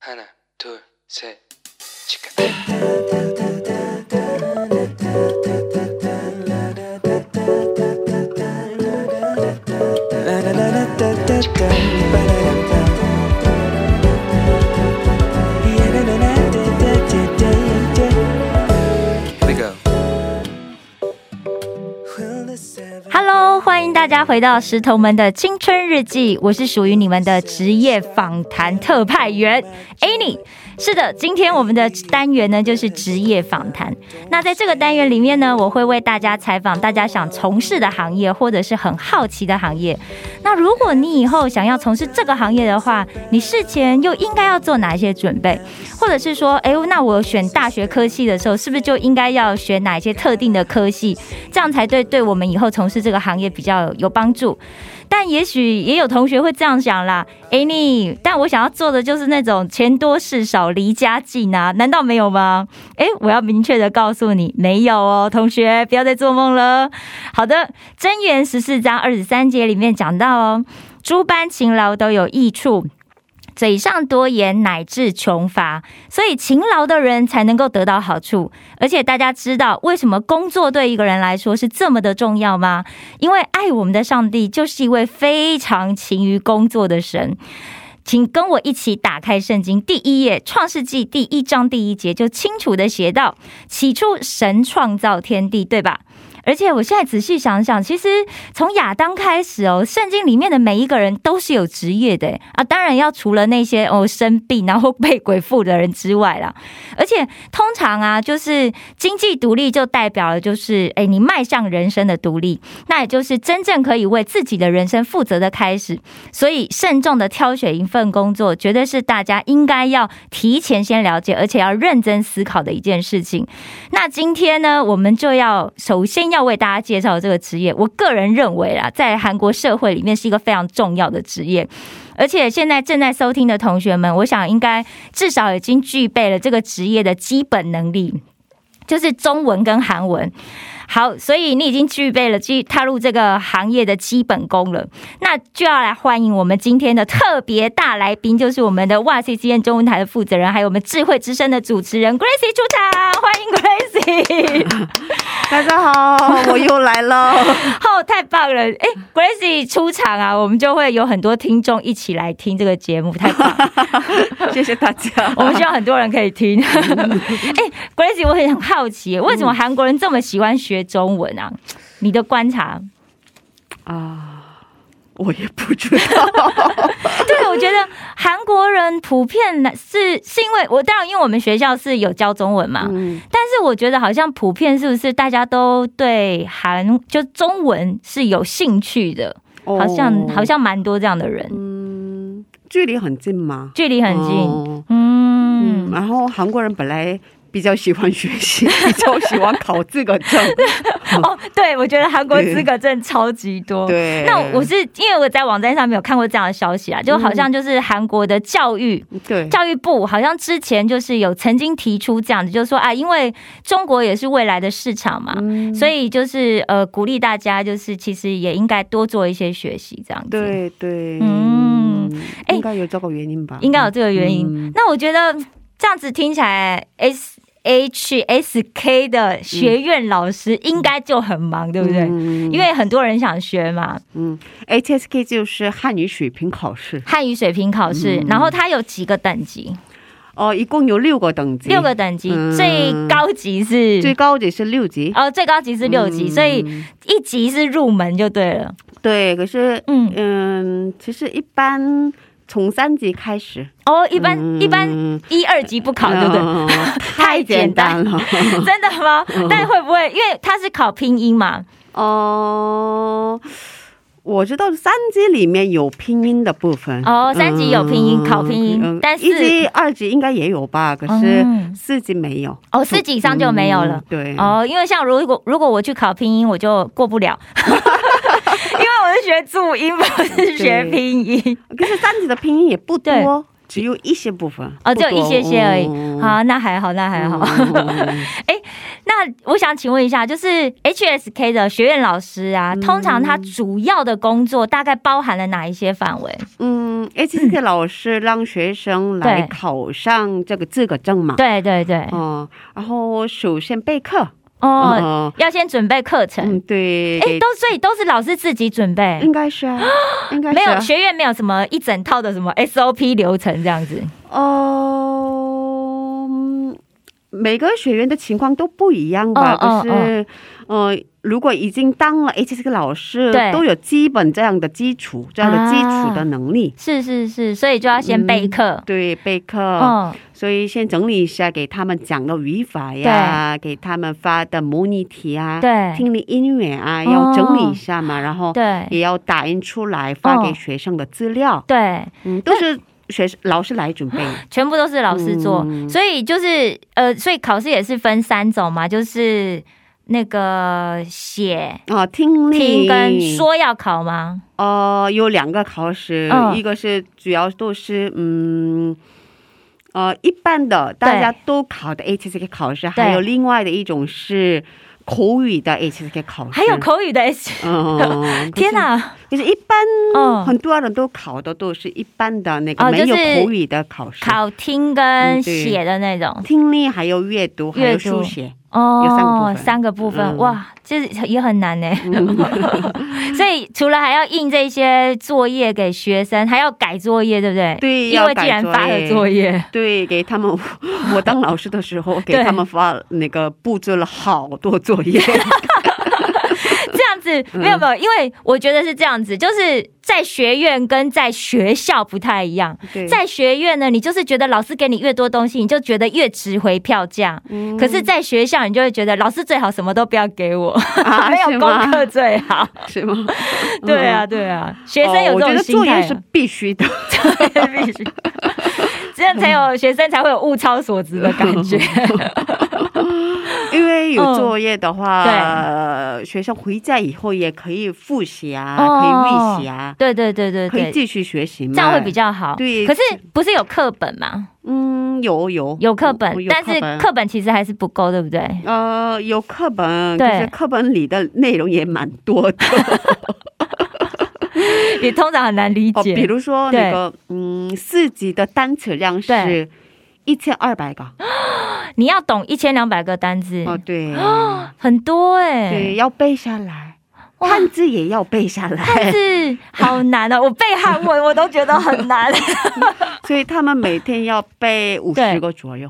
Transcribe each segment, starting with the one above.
하나 둘셋 치카 Here we go. Hello，欢迎大家回到石头们的青春日记，我是属于你们的职业访谈特派员 Annie。是的，今天我们的单元呢就是职业访谈。那在这个单元里面呢，我会为大家采访大家想从事的行业，或者是很好奇的行业。那如果你以后想要从事这个行业的话，你事前又应该要做哪一些准备？或者是说，哎，那我选大学科系的时候，是不是就应该要选哪一些特定的科系？这样才对对我们以后从事这个行业比较有帮助。但也许也有同学会这样想啦，哎你，但我想要做的就是那种钱多事少离家近啊，难道没有吗？哎，我要明确的告诉你，没有哦，同学，不要再做梦了。好的，《真言十四章二十三节》里面讲到哦，诸般勤劳都有益处。嘴上多言乃至穷乏，所以勤劳的人才能够得到好处。而且大家知道为什么工作对一个人来说是这么的重要吗？因为爱我们的上帝就是一位非常勤于工作的神。请跟我一起打开圣经第一页，《创世纪》第一章第一节就清楚的写到：起初神创造天地，对吧？而且我现在仔细想想，其实从亚当开始哦，圣经里面的每一个人都是有职业的诶啊，当然要除了那些哦生病然后被鬼附的人之外啦。而且通常啊，就是经济独立就代表了就是哎你迈向人生的独立，那也就是真正可以为自己的人生负责的开始。所以慎重的挑选一份工作，绝对是大家应该要提前先了解，而且要认真思考的一件事情。那今天呢，我们就要首先要为大家介绍这个职业。我个人认为啦，在韩国社会里面是一个非常重要的职业。而且现在正在收听的同学们，我想应该至少已经具备了这个职业的基本能力，就是中文跟韩文。好，所以你已经具备了去踏入这个行业的基本功了。那就要来欢迎我们今天的特别大来宾，就是我们的哇塞之燕中文台的负责人，还有我们智慧之声的主持人 Gracie 出场，欢迎 Gracie。大家好， 我又来了。 哦，太棒了！哎，Gracie 出场啊，我们就会有很多听众一起来听这个节目，太棒！了。谢谢大家。 我们希望很多人可以 听。哎，Gracie，我很很好奇，为什么韩国人这么喜欢学中文啊？你的观察？啊，我也不知道。对，我觉得韩国人普遍呢是是因为我当然因为我们学校是有教中文嘛，嗯，但是我觉得好像普遍是不是大家都对韩就中文是有兴趣的？好像好，像蛮多这样的人，哦嗯，距离很近吗？距离很近。哦嗯嗯，，然后韩国人本来比较喜欢学习，比较喜欢考资格 证。哦，对，我觉得韩国资格证超级 多。对，那我是因为我在网站上面有看过这样的消嗯息啊，就好像就是韩国的教育。对教育部好像之前就是有曾经提出这样子，就是说啊，因为中国也是未来的市场嘛，嗯所以就是呃鼓励大家，就是其实也应该多做一些学习这样子。对对，嗯，哎应该有这个原因吧？应该有这个原因。嗯那我觉得这样子听起来，S H S K 的学院老师应该就很忙，对不对？嗯因为很多人想学嘛，嗯，HSK 就是汉语水平考试，汉语水平考试，嗯然后它有几个等级，哦，一共有六个等级，六个等级，嗯最高级是最高的是六级。哦，最高级是六级，嗯所以一级是入门就对了。对，可是嗯，嗯，其实一般从三级开始哦，一般、嗯一般一二级不考，啊对不对？嗯 太太简简单单了。 真的吗？但会不会因为它是考拼音嘛？哦、我知道三级里面有拼音的部分。哦，三级有拼音，嗯考拼音，但一是级、二级应该也有吧，可是嗯四级没有，哦，四级以上就没有了嗯。对，哦，因为像如果如果我去考拼音，我就过不 了，因为我是学注音，不是学拼音。可是三级的拼音也不对多，只有一些部分哦哦，只有一些些而已。好，好，那还好，嗯那还好。 那我想请问一下，就是 HSK 的学院老师啊，嗯通常他主要的工作大概包含了哪一些范围？嗯，HSK 老师让学生来对考上这个资格证嘛，对对对，哦、然后首先备课，哦，哦，要先准备课程嗯，，对，哎，都所以都是老师自己准备，应 该是啊，应该是没啊有学院没有什么一整套的什么 SOP 流程这样子。哦、嗯每个学员的情况都不一样吧，嗯嗯可是，呃，如果已经当了 H 这个老师哦对，啊都有基本这样的基础，这样的基础的能力。是是是，所以就要先备课。对备课、嗯，所以先整理一下给他们讲的语法呀，给他们发的模拟题啊，对听嗯力音乐啊，哦要整理一下嘛，然后对也要打印出来发给学生的资料，对，嗯，都是学生老师来准备。全部都是老师做，嗯所以就是呃，所以考试也是分三种嘛，就是那个写、哦，听力听跟说要考吗？呃，有两个考试，嗯一个是主要都是嗯。呃，一般的大家都考的 HSK 考试，还有另外的一种是口语的 HSK 考试，还有口语的 S，嗯， 天哪，就是一般、嗯，很多人都考的都是一般的那哦个没就是有口语的考试，考听嗯跟对写的那种。听力还有阅读还阅有读书写，有三个部哦，分三个部分，嗯哇，这也很难呢。 所以除了还要印这些作业给学生，还要改作业，对不对？对因要为既改然发了作作业，对，给他们 我当老师的时候给对他们发那个布置了好多作 业， 这样子嗯没有没有，因为我觉得是这样子，就是在学院跟在学校不太一样。对在学院呢，你就是觉得老师给你越多东西，你就觉得越值回票价。嗯可是，在学校，你就会觉得老师最好什么都不要给我， 啊没有是功吗课最好。啊是吗？ 对嗯啊，对啊，学生有这哦我觉种得心作态啊、业是必须的。 必须，这样才有学生才会有物超所值的感 觉。因为有嗯作业的话，对呃学生回家以后也可以复习啊，哦可以预习啊，对对对对可以对，继续学习嘛，这样会比较好。对可是不是有课本嘛？嗯，有有有课本我，有但是本课本其实还是不够，对不 对？呃有课本，对可是课本里的内容也蛮多的，也通常很难理哦，比解。如说对那个嗯四级的单词量是对嗯一千二百个，你要懂一千两百个单字，哦对。很多哎、对，要背下来，哇汉字也要背下来。但是好难哦，我背韩文我都觉得很难 所以他们每天要背五对十个左右，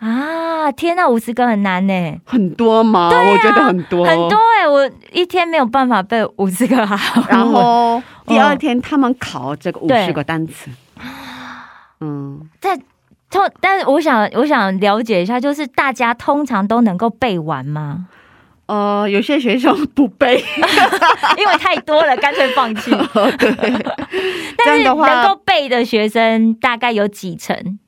啊！天呐，五十个很难呢、啊很多吗？啊我觉得很多，很多。哎、我一天没有办法背五十个韩文。然后第二天他们考这个嗯五哦对十个单词，嗯， 但通，但是我想，我想了解一下，就是大家通常都能够背完 吗？呃，有些学生不背， 因为太多了，干脆放 弃。这但是样的能够话，背的学生大概有几成？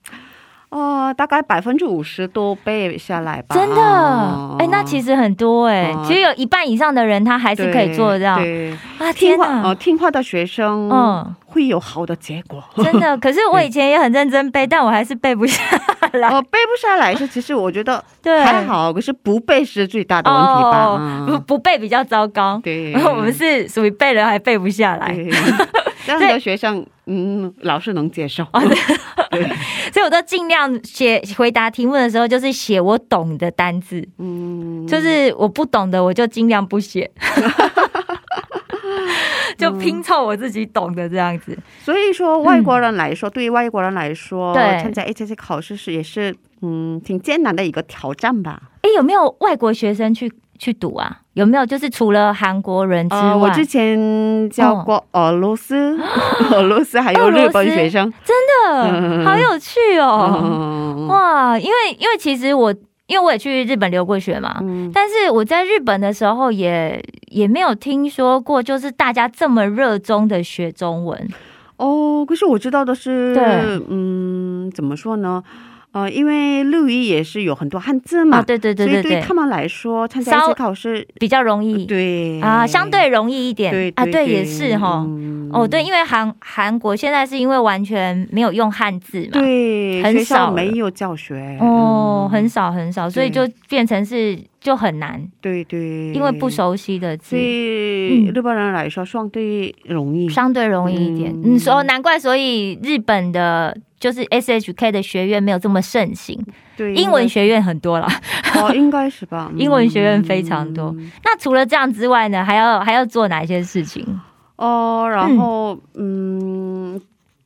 呃，大概百分之五十都背下来吧。哦真的？哎、那其实实很多哎、哦其实有一半以上的人他还是可以做到对，啊！天听话哪呃，，听话的学生，嗯嗯，会有好的结果。真的。可是我以前也很认真背，但我还是背 不下来。呃，背不下来是，其实我觉得对还好，可是不背是最大的问题吧。哦不嗯不背比较糟糕。对 我们是属于背了还背不下来。对 这样的学生，嗯，老师能接受。哦所以我都尽量写回答题目的时候，就是写我懂的单字，嗯，就是我不懂的我就尽量不 写，就嗯拼凑我自己懂的这样子。所以说外国人来说，对于外国人来说，嗯对参加 HSC 考试是也是嗯挺艰难的一个挑战吧。哎、有没有外国学生去去读啊？有没有就是除了韩国人之外，呃，我之前教过哦俄罗 斯、俄罗斯还有日本学生，真的嗯好有趣哦！嗯，哇，因为因为其实我因为我也去日本留过学嘛，嗯但是我在日本的时候也也没有听说过，就是大家这么热衷的学中文。哦，可是我知道的是对，嗯，怎么说呢？呃，因为六一也是有很多汉字嘛，啊，对对对所对以对对他，们来说，参加稍 HSC 考试，比较容易。啊对啊，相对容易一点对啊，对，也是哈。嗯哦，对，因为韩韩国现在是因为完全没有用汉字嘛，对，很学少校了没有教学哦，嗯很少很少，所以就对变成是就很难，对对，因为不，熟悉的字。对嗯日本人来说相对容易。相对容易一点，嗯嗯，所以难怪，所以日本的就是 S H K 的学院没有这么盛行，对，英文学院很多啦。 。哦，应该是吧英文学院非常多嗯那除了这样之外呢，还要还要做哪些事情？哦，然后嗯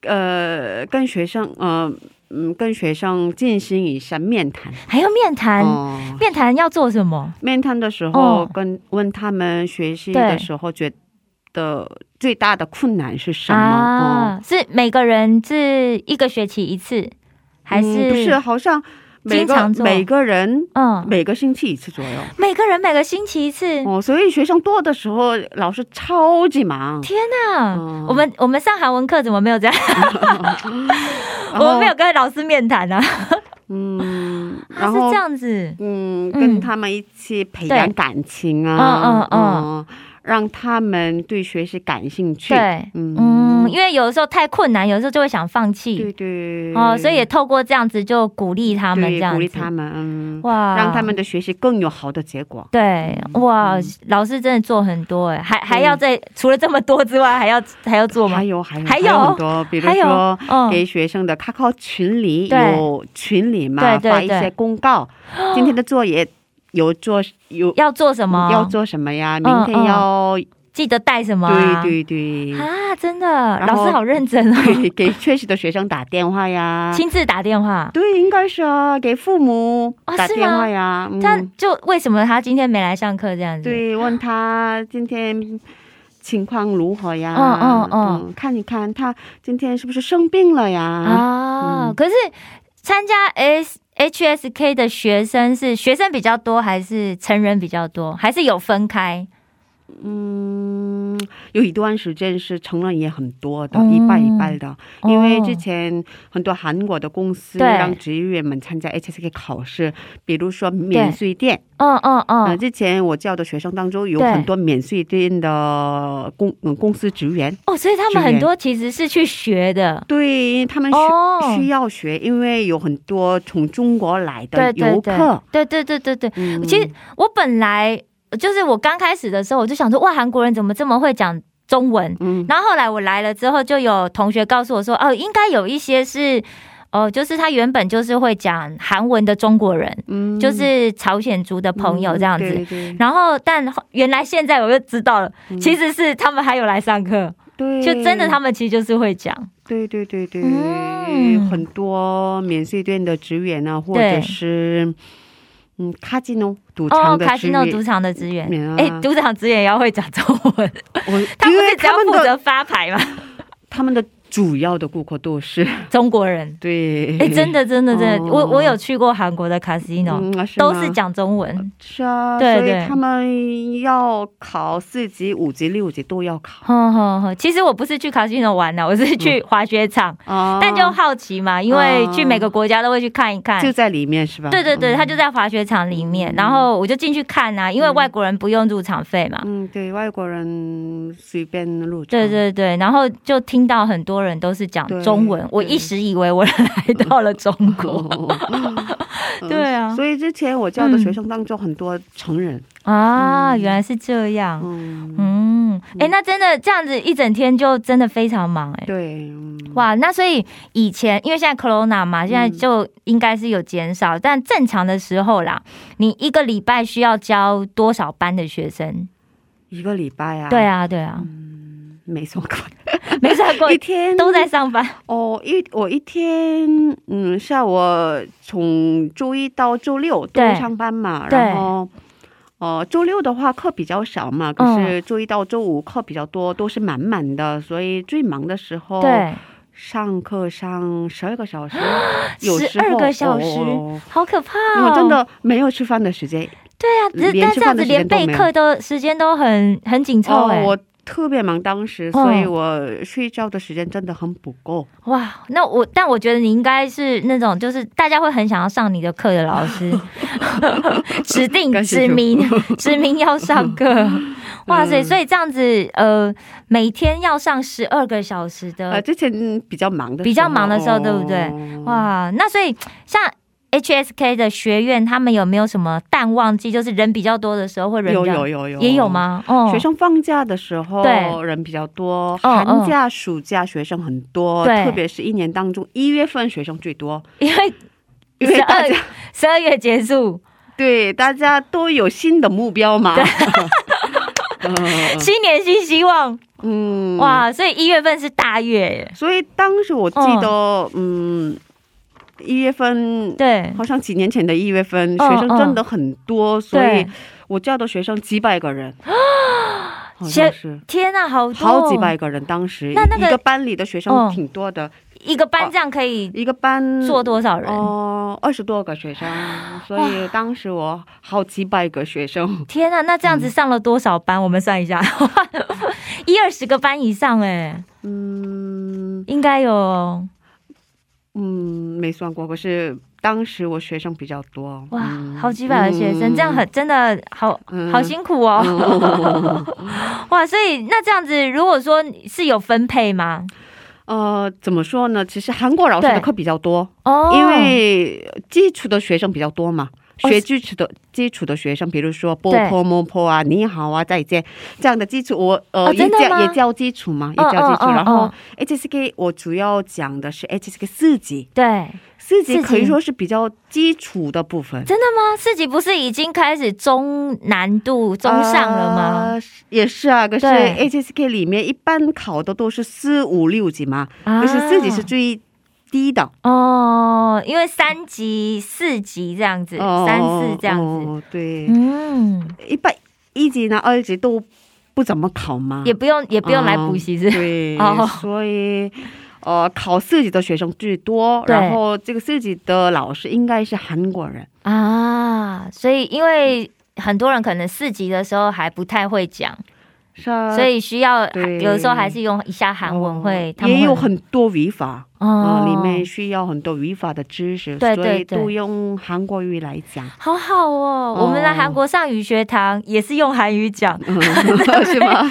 呃，跟学生呃嗯跟学生进行一下面谈。还要面谈，哦，面谈要做什么？面谈的时候哦跟问他们学习对的时候觉得最大的困难是什么？哦，啊？是每个人是一个学期一次，还是、嗯不是？好像每经常个做每个人嗯，每个星期一次左右。每个人每个星期一次。哦，所以学生多的时候，老师超级忙。天哪！嗯我们我们上韩文课怎么没有这样？ 然我后们没有，跟老师面谈啊，嗯，他 然是后这样子。嗯，嗯跟他们一起培养感情嗯啊，嗯嗯让他们对学习感兴趣。对，嗯，嗯，因为有的时候太困难，有的时候就会想放对弃对，哦，所以也透过这样子就鼓励他们，这对样子鼓励他们，嗯，哇，让他们嗯的学习更有好的结果。对哇，老师真的做很多哎，还还要再除了这么多之外，还要还要做吗还？有还有还有很多，比如还有说嗯给学生的 QQ 群里对有群里嘛，对对发一对些公告，今天的作业有做有要做什么？要做什么呀？嗯明天嗯要、记得带什么、啊？对对对。啊，真的，然后老师好认真哦，给 给缺席的学生打电话呀， 亲自打电话。对，应该是啊，给父母哦打是电吗话呀，嗯，但就为什么他今天没来上课这样子？，对，问他今天情况如何呀？嗯嗯嗯看一看他今天是不是生病了呀？啊、嗯可是参加 S H S K 的学生是学生比较多，还是成人比较多，还是有分开？嗯，有一段时间是成人也很多的，嗯一半一半的，因为哦之前很多韩国的公司对让职员们参加 HSK 考试，比如说免税店。嗯嗯呃，嗯，之前我教的学生当中有对很多免税店的公、嗯、公司职员，哦，所以他们很多其实是去学的。对他们需、哦需要学，因为有很多从中国来对的对游对客。，对对对对对。嗯其实我本来就是我刚开始的时候，我就想说，哇，韩国人怎么这么会讲中文？嗯，然后后来我来了之后，就有同学告诉我说，哦，应该有一些是，哦、就是他原本就是会讲韩文的中国人，嗯就是朝鲜族的朋友这样子。对嗯对然后，但后原来现在我就知道了，其实是他们还有来上课，对，就真的他们其实就是会讲，对对对对，嗯很多免税店的职员啊，或对者是嗯，卡基诺赌哦，场的卡职西员，诺赌场的职员嗯，啊哎、赌场职员也要会讲中 文，我他因不为是只要他负们的责发牌吗？他们的主要的顾客都是中国 人，对，哎、真的，真的，真的，哦我我有去过韩国的卡西诺，嗯，啊都吗是讲中文，是啊，对所对以他们要考四级、五级、六级都要考哼哼哼。其实我不是去卡西诺玩的，啊我是嗯去滑雪场，啊但就好奇嘛，因为去每个国家都会去看一看，哦就在里面是吧？嗯对对对，他就在滑雪场里面，然后我就进去看啊，因为外国人不用入场费嘛。嗯，对外国人随便入场，对对对，然后就听到很多人都是讲对中文，我一时以为我 来到了中国哦。 对啊所以之前我教的嗯学生当中很多成人，啊，原来是这样。嗯，嗯，哎，那真的这样子一整天就真的非常忙哎。对，嗯哇，那所以以前因为现在 corona 嘛，现在就应该是有减少，但正常的时候啦，你一个礼拜需要教多少班的学生？一个礼拜啊，对，啊，对啊，没错， 没上过一天都在上班。哦，一我一天，嗯，像我从周一到周六都对上班嘛，对然后。哦，周六的话课比较少嘛，可嗯是周一到周五课比较多，都是满满的，所以最忙的时候，对，上课上十二个 小时，有时十二候个小时哦，好可怕哦！我真，的没有吃饭的时间，对啊，只连但吃这样饭子的时连间都没备有哦课都时间都很很紧凑哎、呃嗯我特别忙，当时，所以我睡觉的时间真的很不够。哇，那我但我觉得你应该是那种就是大家会很想要上你的课的老 师，指定感谢指名主 指名要上课。哇嗯塞，所以这样子呃，每天要上十二个小时的、呃，之前比较忙的时候，嗯比较忙的时候对不对哦？哇，那所以像 HSK 的学院，他们有没有什么淡旺季，就是人比较多的时候或人比有较有有有也有？吗？哦学生放假的时候对人比较多，嗯嗯寒假、暑假学生很多，对特别是一年当中一月份学生最多，因为因为十大二 家十二月结束，对大家都有新的目标嘛。嗯新年新希望，嗯，哇，所以一月份是大月耶，所以当时我记得，嗯，一、月份，对，好像几年前的一月份，嗯学生真的很多，所以对，我教的学生几百个人，好学像是天呐，好多好几百个人。当时那那个一个班里的学嗯生挺多的，一个班这样可以一个班做多少人？哦二十多个 学生，所以当时我好几百个学生。天啊呐，那这样嗯子上了多少班？我们算一下， 一二十个班以上，哎，嗯应该有嗯，没算过，可是当时我学生比较多。哇嗯，好几百个学生，嗯这样很真的好嗯好辛苦哦。 哇，所以那这样子，如果说是有分配吗？呃，怎么说呢？其实韩国老师对的课比较多，哦，因为基础的学生比较多嘛。哦学基础的基础的学生，比如说波对波摸波啊，你好啊，再见这样的基础，我呃、哦也真的教吗也教基础嘛，也嗯教基础。嗯嗯然后嗯 HSK 我主要讲的是 HSK 四级，对，四四级级可以说是比较基础的部分，真的吗？四级不是已经开始中难度、中上了吗？呃也是啊，可是对 HSK 里面一般考的都是四五六级嘛，啊呃就是四级是最低的。哦，因为三级、四级这样子，三四这样哦子，哦对，嗯，一般一级呢、二级都不怎么考嘛，也不用也不用嗯来补习是。对， 哦所以。呃，考四级的学生最多，对然后这个四级的老师应该是韩国人，啊，所以因为很多人可能四级的时候还不太会讲，是啊，所以需要对有时候还是用一下韩文会，他哦们会也有很多语法啊、哦里面需要很多语法的知识，对对对所以都用韩国语来讲， 好好哦，哦我们来韩国上语学堂也是用韩语讲，嗯、是吗？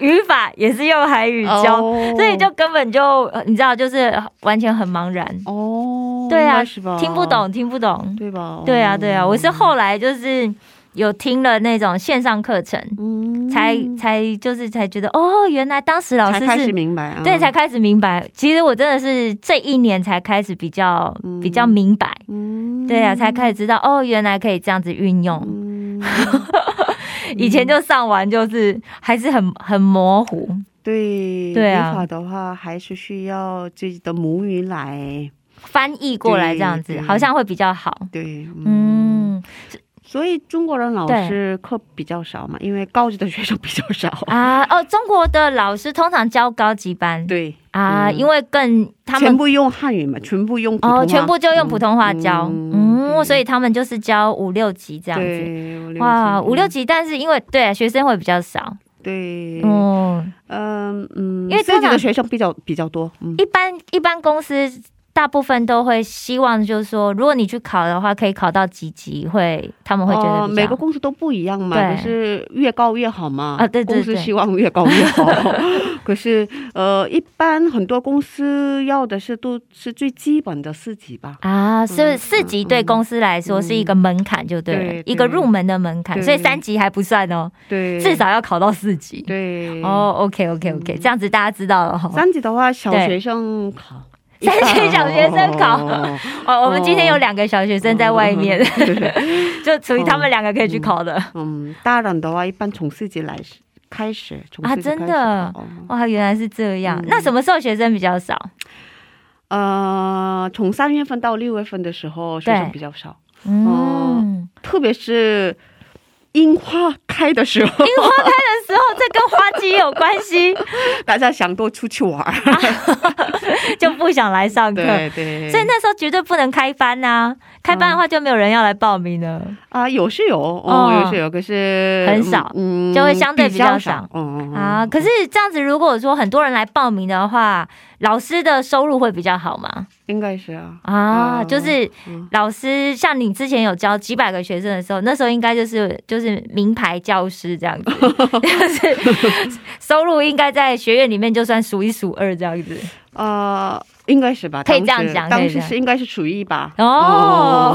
语法也是用韩语教，哦所以就根本就呃你知道，就是完全很茫然，哦，对啊那是吧？听不，懂，听不懂。对吧？对啊，对啊，我是后来就是有听了那种线上课程，嗯才才就是才觉得哦，原来当时老才师开始是。明白啊，对，才开始明白。其实我真的是这一年才开始比较、比较明白，嗯，对啊，才开始知道哦，原来可以这样子运用。嗯，以前就上完就是还是很很模糊，对， 对啊语法的话还是需要自己的母语来，翻译过来这样子对对好像会比较好。对，嗯，嗯所以中国人老师课比较少嘛，因为高级的学生比较少， 啊哦，中国的老师通常教高级班对，啊、嗯因为更他全们。部用汉语嘛，全部用普通话哦，全部就用普通话教，嗯，嗯对所以他们就是教五六级这样子，对，五六级哇，五六，级，但是因为对、学生会比较少，对，嗯嗯，嗯，因为自己通常的学生比较比较多，嗯，一般一般公司大部分都会希望，就是说，如果你去考的话，可以考到几级会，他们会觉得哦比较每个公司都不一样嘛，对可是越高越好嘛。啊对对公司对希望越高越好。 可是呃，一般很多公司要的是都是最基本的四级吧。啊，是嗯四级对公司来说嗯是一个门槛，就对了对，一个入门的门槛，对所以三级还不算哦，对，至少要考到四级。对。哦，OK OK OK，这样子大家知道了哈。三级的话，小对学生考。三级小学生考哦哦，我们今天有两个小学生在外面， 哦就属于他们两个可以去考的。嗯，大人的话一般从四级来始开始，从啊四级开始真的考哇，原来是这样嗯。那什么时候学生比较少？呃，从三月份到六月份的时候，学生对比较少，嗯，特别是樱花开的时候。樱花开的之后，这跟花鸡有关 系，大家想多出去玩儿。就不想来上课。对对，所以那时候绝对不能开班呐、开班的话就没有人要来报名了，啊、有是有哦，哦有是有，可是很少嗯就会相对比比较较少。嗯嗯啊。可是这样子，如果说很多人来报名的话，老师的收入会比较好吗？应该是啊。啊，嗯就是嗯老师，像你之前有教几百个学生的时候，那时候应该就是就是名牌教师这 样子，就是收入应该在学院里面就算数一数二这样子。呃，应该是吧，可以这当样时讲可以当这时样是应该是厨艺吧。哦哦，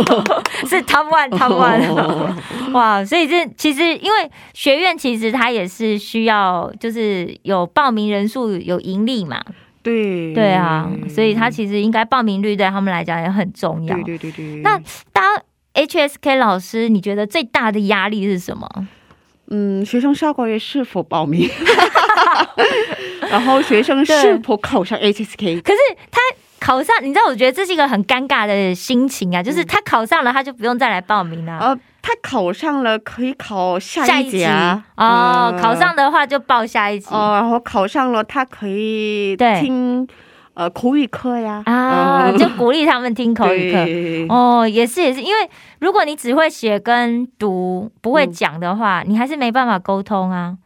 是 top one top 哦 one，哇！ 所以这其实因为学院其实它也是需要，就是有报名人数有盈利嘛， 对对啊，嗯所以它其实应该报名率对他们来讲也很重要对。对对对。那当 HSK 老师，你觉得最大的压力是什么？嗯，学生下个月是否报名？ 然后学生对是否考上 HSK？可是他考上，你知道，我觉得这是一个很尴尬的心情啊，嗯就是他考上了，他就不用再来报名了、啊呃，他考上了可以考下下一一集节啊。哦，嗯考上的话就报下一集。哦，然后考上了，他可以对听呃口语课呀。啊，嗯就鼓励他们听口语课。对哦，也是也是，因为如果你只会写跟读，不嗯会讲的话，你还是没办法沟通啊。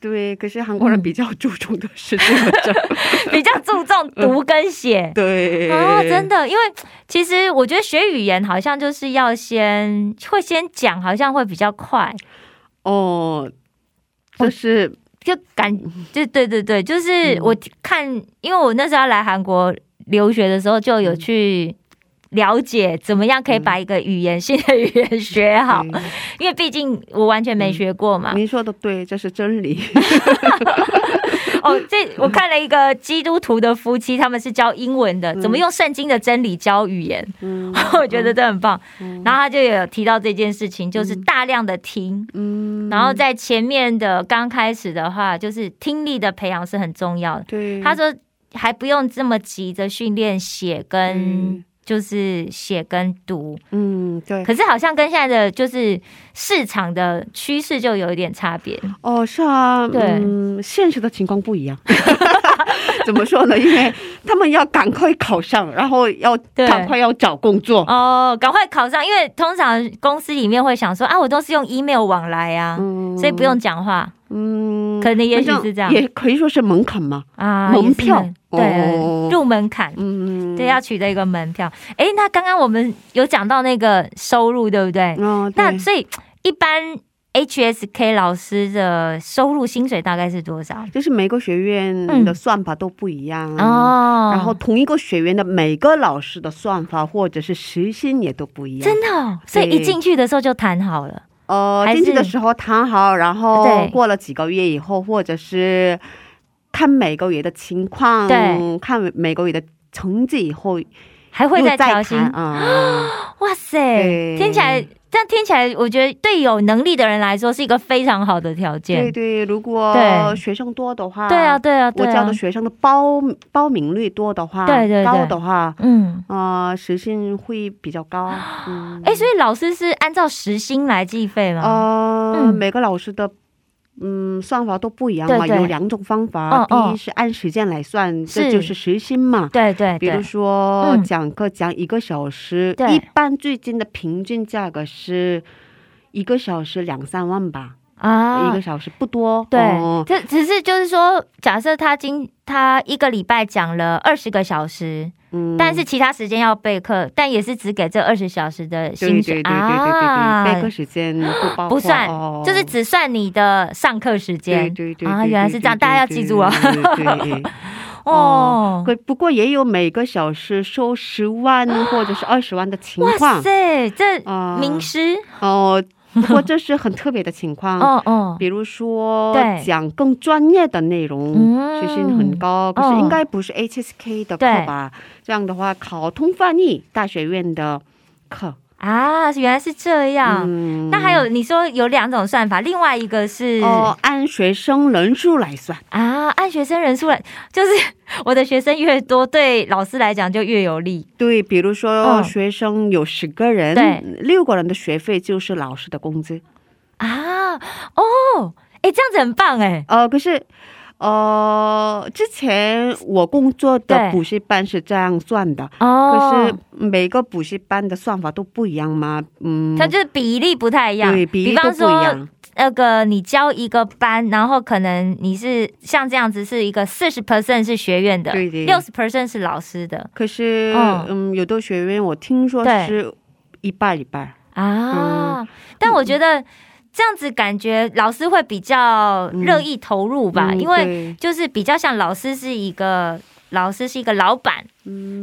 对，可是韩国人嗯比较注重的是这个，比较注重读跟写。 对 哦，真的，因为其实我觉得学语言好像就是要先会先讲，好像会比较快，哦，就是就感就对对对，就是嗯我看，因为我那时候要来韩国留学的时候，就有去了解怎么样可以把一个语言、新的语言学哦好，嗯因为毕竟我完全没学过嘛。您说的对，这是 真理。哦，这我看了一个基督徒的夫妻，他们是教英文的，怎么用圣经的真理教语言，嗯 我觉得这很棒。然后他就有提到这件事情，就是大量的听，嗯，然后在前面的刚开始的话，就是听力的培养是很重要的。对，他说还不用这么急着训练写跟、嗯就是写跟读，嗯，对，可是好像跟现在的就是市场的趋势就有一点差别。哦，是啊，对嗯，现实的情况不一样。 怎么说呢？因为他们要赶快考上，然后要对赶快要找工作。哦，赶快考上，因为通常公司里面会想说啊，我都是用 email 往来啊，嗯所以不用讲话，嗯，可能也许是这样也可以说是门槛嘛。啊，门也是票门对、哦入门槛。嗯，对，要取得一个门票。哎，那刚刚我们有讲到那个收入，对不对？哦，对那所以一般 HSK 老师的收入薪水大概是多少？就是每个学院的算法都不一样。嗯哦，嗯然后同一个学院的每个老师的算法或者是时薪也都不一样真，的、哦，所以一进去的时候就谈好了。呃，还是进去的时候谈好，然后对过了几个月以后，或者是看每个月的情况，对看每个月的成绩以后，还会再又调再薪谈， 啊。哇塞，对听起来，这样听起来，我觉得对有能力的人来说是一个非常好的条对啊件。对，如果对学生多的话，对啊，，对啊，我对教啊的。学生的报报名率多的话，对对对高的话，嗯，呃，时薪会比较高。 嗯，哎，所以老师是按照时薪来计费吗？呃，嗯每个老师的。嗯，算法都不一样嘛，对对有两种方法。嗯嗯第一是按时间来算，是这就是时薪嘛。对对比对如，说嗯讲课讲一个小时，对一般最近的平均价格是一个小时两三万吧，一啊个，小时不多。对哦，这只是就是说，假设他今他一个礼拜讲了二十个小时，嗯但是其他时间要备课，但也是只给这二十小时的对对薪对水啊对对对对，备课时间不包括不算哦，就是只算你的上课时对间。对对啊对原来对是这样对大家要对记住啊对 对对哦可不过也有每个小时收十万或者是二十万的情啊哇况塞，这啊名师，哦，不过这是很特别的情况。 哦哦，比如说对讲更专业的内容，嗯学薪很高，可是应该不是 HSK 的课吧？哦这样的话，考通翻译大学院的课。啊，原来是这样。啊嗯那还有你说有两种算法，另外一个是、哦，按学生人数来算，啊，按学生人数来，就是 我的学生越多，对老师来讲就越有利。对，比如说嗯学生有十个人，对六个人的学费就是老师的工资。啊，哦，哎、哎，这样子很棒哎、呃，可是。呃，之前我工作对的补习班是这样算的，可哦是，嗯每个补习班的算法都不一样嘛，嗯，它就是比例不太一样，对比例都方不一说样，那个你教一个班，然后可能你是像这样子是一个四十 percent 是学院的，对对六十 percent 是老师的可是嗯嗯有的学院我听说对是一半一半，啊、嗯但我觉得这样子感觉老师会比较乐意投入吧，嗯因为对就是比较像老师是一个。老师是一个老板，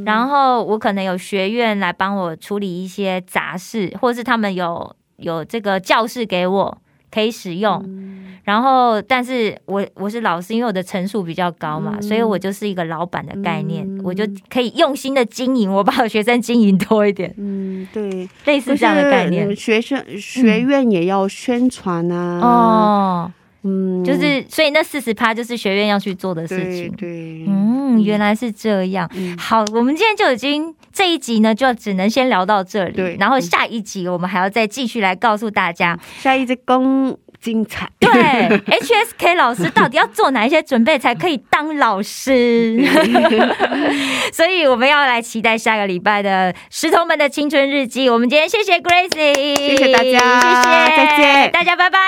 然后我可能有学院来帮我处理一些杂事，或是他们有有这个教室给我可以使用，嗯然后但是我我是老师，因为我的层数比较高嗯嘛，所以我就是一个老板的概念，我就可以用心的经营，我把我学生经营多一点，嗯对，类似这样的概念可是嗯。学生学院也要宣传啊，哦，嗯，就是所以那四十趴就是学院要去做的事对情。对，嗯，原来是这样。嗯好，我们今天就已经这一集呢，就只能先聊到这里。对然后下一集我们还要再继续来告诉大 家，下一次更精彩，对 HSK 老师到底要做哪一些准备才可以当老师？ 所以我们要来期待下个礼拜的《石头们的青春日记》。我们今天谢谢 Gracie，谢谢大家谢谢，再见大家，拜拜。